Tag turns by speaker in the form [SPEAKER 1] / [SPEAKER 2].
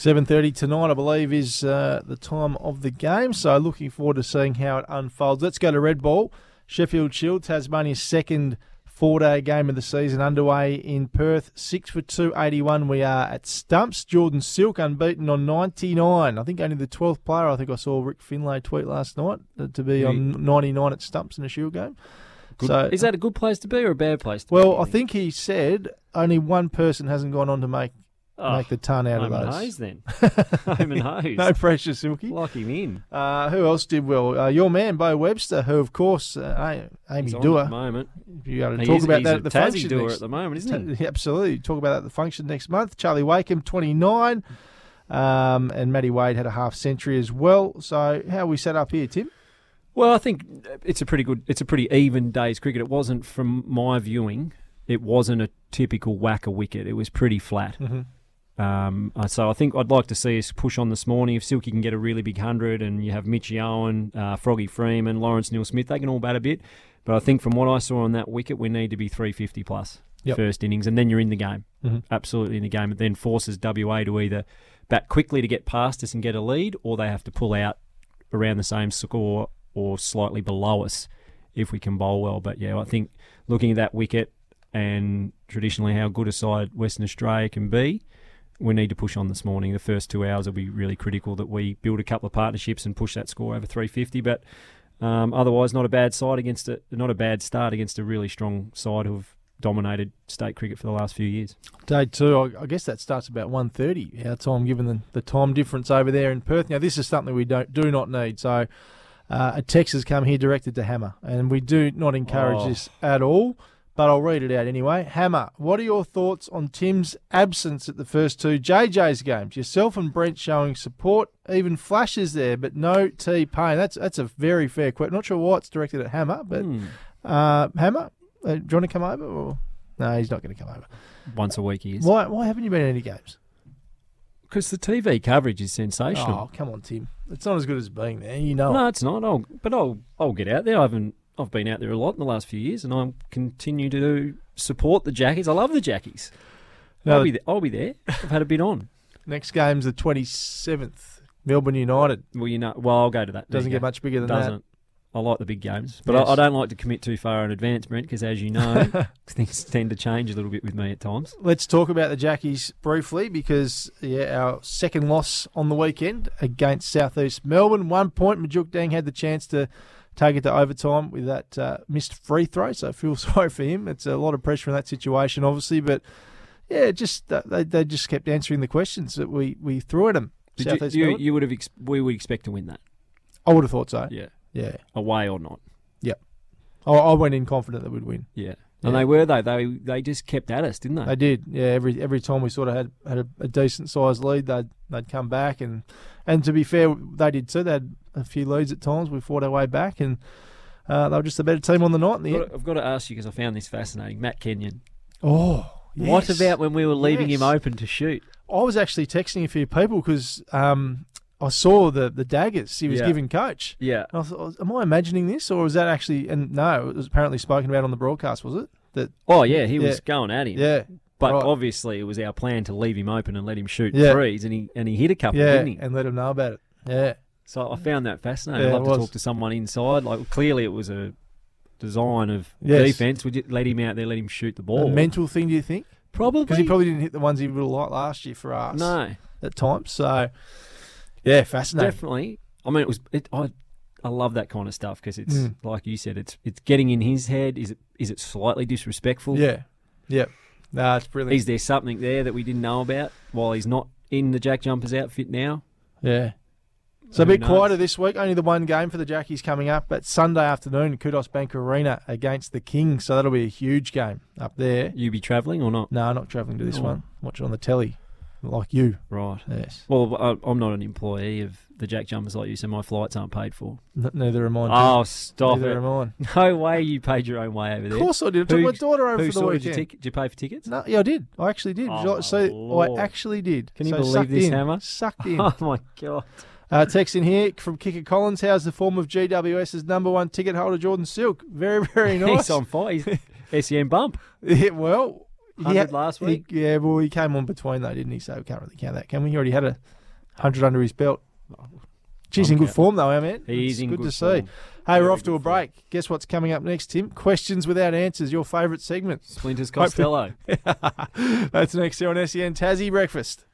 [SPEAKER 1] 7.30 tonight, I believe, is uh, the time of the game. So looking forward to seeing how it unfolds. Let's go to Red Ball. Sheffield Shield, Tasmania's second four-day game of the season underway in Perth. Six for 281 we are at Stumps. Jordan Silk unbeaten on 99. I think only the 12th player. I think I saw Rick Finlay tweet last night uh, to be on 99 at Stumps in a Shield game.
[SPEAKER 2] Good-
[SPEAKER 1] So
[SPEAKER 2] Is that a good place to be or a bad place to be?
[SPEAKER 1] Well, I think he said only one person hasn't gone on to make
[SPEAKER 2] Oh,
[SPEAKER 1] make the ton out
[SPEAKER 2] home
[SPEAKER 1] of
[SPEAKER 2] and
[SPEAKER 1] those.
[SPEAKER 2] Hayes then. home and Hayes.
[SPEAKER 1] No pressure, Silky.
[SPEAKER 2] Lock him in.
[SPEAKER 1] Uh, who else did well? Uh, your man, Bo Webster, who, of course, uh, A- Amy
[SPEAKER 2] He's on
[SPEAKER 1] Dewar.
[SPEAKER 2] at the moment.
[SPEAKER 1] You got to
[SPEAKER 2] He
[SPEAKER 1] talk
[SPEAKER 2] is-
[SPEAKER 1] about
[SPEAKER 2] he's
[SPEAKER 1] that
[SPEAKER 2] a
[SPEAKER 1] at the
[SPEAKER 2] Tassie
[SPEAKER 1] function
[SPEAKER 2] doer
[SPEAKER 1] next.
[SPEAKER 2] at the moment, isn't he?
[SPEAKER 1] Yeah, absolutely. Talk about that at the function next month. Charlie Wakem, 29. Um, and Matty Wade had a half century as well. So, how are we set up here, Tim?
[SPEAKER 2] Well, I think it's a pretty good, it's a pretty even day's cricket. It wasn't, from my viewing, it wasn't a typical whack a wicket. It was pretty flat. Um, uh, so I think I'd like to see us push on this morning. If Silky can get a really big hundred, and you have Mitchy Owen, uh, Froggy Freeman, Lawrence Neil Smith, they can all bat a bit. But I think from what I saw on that wicket, we need to be 350 plus
[SPEAKER 1] Yep.
[SPEAKER 2] first innings, and then you're in the game.
[SPEAKER 1] Mhm.
[SPEAKER 2] Absolutely in the game. It then forces WA to either bat quickly to get past us and get a lead, or they have to pull out around the same score or slightly below us if we can bowl well. But yeah, I think looking at that wicket and traditionally how good a side Western Australia can be, we need to push on this morning. The first two hours will be really critical that we build a couple of partnerships and push that score over 350. But um, otherwise, not a bad side against a, not a bad start against a really strong side who've dominated state cricket for the last few years.
[SPEAKER 1] Day two, I, I guess that starts about 1.30 our time, given the, the time difference over there in Perth. Now, this is something we don't do not need. So, uh, a text has come here directed to Hammer, and we do not encourage
[SPEAKER 2] Oh.
[SPEAKER 1] this at all. But I'll read it out anyway. Hammer, what are your thoughts on Tim's absence at the first two JJ's games? Yourself and Brent showing support, even flashes there, but no T Pain. That's that's a very fair question. Not sure why it's directed at Hammer, but
[SPEAKER 2] Hmm.
[SPEAKER 1] uh, Hammer, uh, do you want to come over? Or no, he's not going to come over.
[SPEAKER 2] Once a week he is.
[SPEAKER 1] Why why haven't you been at any games?
[SPEAKER 2] Because the TV coverage is sensational.
[SPEAKER 1] Oh, come on, Tim. It's not as good as being there. You know. it.
[SPEAKER 2] No, it's not. I'll, but I'll I'll get out there. I haven't. I've been out there a lot in the last few years, and I continue to do, support the Jackies. I love the Jackies.
[SPEAKER 1] No,
[SPEAKER 2] I'll be there. I'll be there. I've had a bit on.
[SPEAKER 1] Next game's the 27th. Melbourne United.
[SPEAKER 2] Well, you know. Well, I'll go to that. There
[SPEAKER 1] Doesn't
[SPEAKER 2] you
[SPEAKER 1] get
[SPEAKER 2] go.
[SPEAKER 1] much bigger than
[SPEAKER 2] Doesn't. I like the big games, but
[SPEAKER 1] Yes.
[SPEAKER 2] I, I don't like to commit too far in advance, Brent, because as you know, things tend to change a little bit with me at times.
[SPEAKER 1] that. Let's talk about the Jackies briefly because, yeah, our second loss on the weekend against Southeast Melbourne. One point, Majuk Dang had the chance to take it to overtime with that uh, missed free throw, so I feel sorry for him. It's a lot of pressure in that situation, obviously, but, yeah, just uh, they, they just kept answering the questions that we, we threw at them.
[SPEAKER 2] Did you- you, you, would have. Ex- we would expect to win that.
[SPEAKER 1] I would have thought so.
[SPEAKER 2] Yeah.
[SPEAKER 1] Yeah.
[SPEAKER 2] Away or not.
[SPEAKER 1] I, I went in confident that we'd win.
[SPEAKER 2] Yeah.
[SPEAKER 1] Yeah.
[SPEAKER 2] And they were though. They they just kept at us, didn't they?
[SPEAKER 1] They did. Yeah, every every time we sort of had had a, a decent sized lead, they'd they'd come back and and to be fair, they did too. They had a few leads at times. We fought our way back, and uh, they were just the better team on the night in the
[SPEAKER 2] I've,
[SPEAKER 1] end.
[SPEAKER 2] got to, I've got to ask you because I found this fascinating. Matt Kenyon.
[SPEAKER 1] Oh,
[SPEAKER 2] What
[SPEAKER 1] yes.
[SPEAKER 2] about when we were leaving
[SPEAKER 1] Yes.
[SPEAKER 2] him open to shoot?
[SPEAKER 1] I was actually texting a few people because um, I saw the the daggers he was
[SPEAKER 2] Yeah.
[SPEAKER 1] giving coach.
[SPEAKER 2] Yeah.
[SPEAKER 1] And I thought, "Oh, am I imagining this, or was that actually? And no, it was apparently spoken about on the broadcast, was it? That
[SPEAKER 2] Oh yeah, he
[SPEAKER 1] Yeah.
[SPEAKER 2] was going at him.
[SPEAKER 1] yeah,
[SPEAKER 2] But
[SPEAKER 1] right.
[SPEAKER 2] obviously, it was our plan to leave him open and let him shoot
[SPEAKER 1] Yeah.
[SPEAKER 2] threes, and he and he hit a couple,
[SPEAKER 1] yeah,
[SPEAKER 2] didn't he?
[SPEAKER 1] and let them know about it. Yeah.
[SPEAKER 2] So I found that fascinating.
[SPEAKER 1] Mm. Yeah,
[SPEAKER 2] I'd
[SPEAKER 1] it
[SPEAKER 2] love
[SPEAKER 1] was.
[SPEAKER 2] to talk to someone inside. Like clearly, it was a design of
[SPEAKER 1] Yes.
[SPEAKER 2] defense. We just let him out there, let him shoot the
[SPEAKER 1] A
[SPEAKER 2] ball.
[SPEAKER 1] mental thing, do you think?
[SPEAKER 2] probably
[SPEAKER 1] Because he probably didn't hit the ones he would have liked last year for us
[SPEAKER 2] no,
[SPEAKER 1] at times. So, yeah, fascinating.
[SPEAKER 2] definitely. I mean, it was. It, I I love that kind of stuff because it's
[SPEAKER 1] Mm.
[SPEAKER 2] like you said. It's it's getting in his head. Is it is it slightly disrespectful?
[SPEAKER 1] yeah, yep. Nah, it's brilliant.
[SPEAKER 2] Is there something there that we didn't know about while he's not in the Jack Jumpers outfit now?
[SPEAKER 1] yeah. So a
[SPEAKER 2] Who
[SPEAKER 1] bit
[SPEAKER 2] knows?
[SPEAKER 1] quieter this week. Only the one game for the Jackies coming up, but Sunday afternoon, Kudos Bank Arena against the Kings. So that'll be a huge game up there.
[SPEAKER 2] You be travelling or not?
[SPEAKER 1] No, not travelling to this
[SPEAKER 2] Oh.
[SPEAKER 1] one. Watch it on the telly, like you.
[SPEAKER 2] Right.
[SPEAKER 1] Yes.
[SPEAKER 2] Well, I- I'm not an employee of the Jack Jumpers like you, so my flights aren't paid for.
[SPEAKER 1] N- neither am I.
[SPEAKER 2] Oh, stop
[SPEAKER 1] neither
[SPEAKER 2] it!
[SPEAKER 1] am I.
[SPEAKER 2] No way you paid your own way over
[SPEAKER 1] Of
[SPEAKER 2] there.
[SPEAKER 1] course I did. I took
[SPEAKER 2] Who-
[SPEAKER 1] my daughter over
[SPEAKER 2] Who
[SPEAKER 1] for the
[SPEAKER 2] sorted your
[SPEAKER 1] weekend.
[SPEAKER 2] ticket? Did you pay for tickets?
[SPEAKER 1] No, yeah, I did. I actually did.
[SPEAKER 2] Oh, my
[SPEAKER 1] so
[SPEAKER 2] Lord.
[SPEAKER 1] I actually did.
[SPEAKER 2] Can you
[SPEAKER 1] So
[SPEAKER 2] believe
[SPEAKER 1] sucked
[SPEAKER 2] this,
[SPEAKER 1] in.
[SPEAKER 2] Hammer?
[SPEAKER 1] Sucked in.
[SPEAKER 2] Oh my god!
[SPEAKER 1] Uh, text in here from Kicker Collins. How's the form of GWS's number one ticket holder, Jordan Silk? Very, very nice.
[SPEAKER 2] He's on fire. He's SEM E bump.
[SPEAKER 1] Yeah, well,
[SPEAKER 2] hundred last
[SPEAKER 1] He-
[SPEAKER 2] week.
[SPEAKER 1] yeah, well, he came on between though, didn't he? So we can't really count that, can we? He already had a hundred under his belt. Geez, in
[SPEAKER 2] I'm
[SPEAKER 1] good
[SPEAKER 2] counting.
[SPEAKER 1] form though, our man.
[SPEAKER 2] He's
[SPEAKER 1] It's
[SPEAKER 2] in
[SPEAKER 1] good,
[SPEAKER 2] good,
[SPEAKER 1] to see.
[SPEAKER 2] form.
[SPEAKER 1] Hey, we're
[SPEAKER 2] Very
[SPEAKER 1] off to
[SPEAKER 2] good
[SPEAKER 1] a break. Guess what's coming up next, Tim? Questions without answers. Your favourite segment.
[SPEAKER 2] Splinters Costello.
[SPEAKER 1] That's next here on SEN E Tassie Breakfast.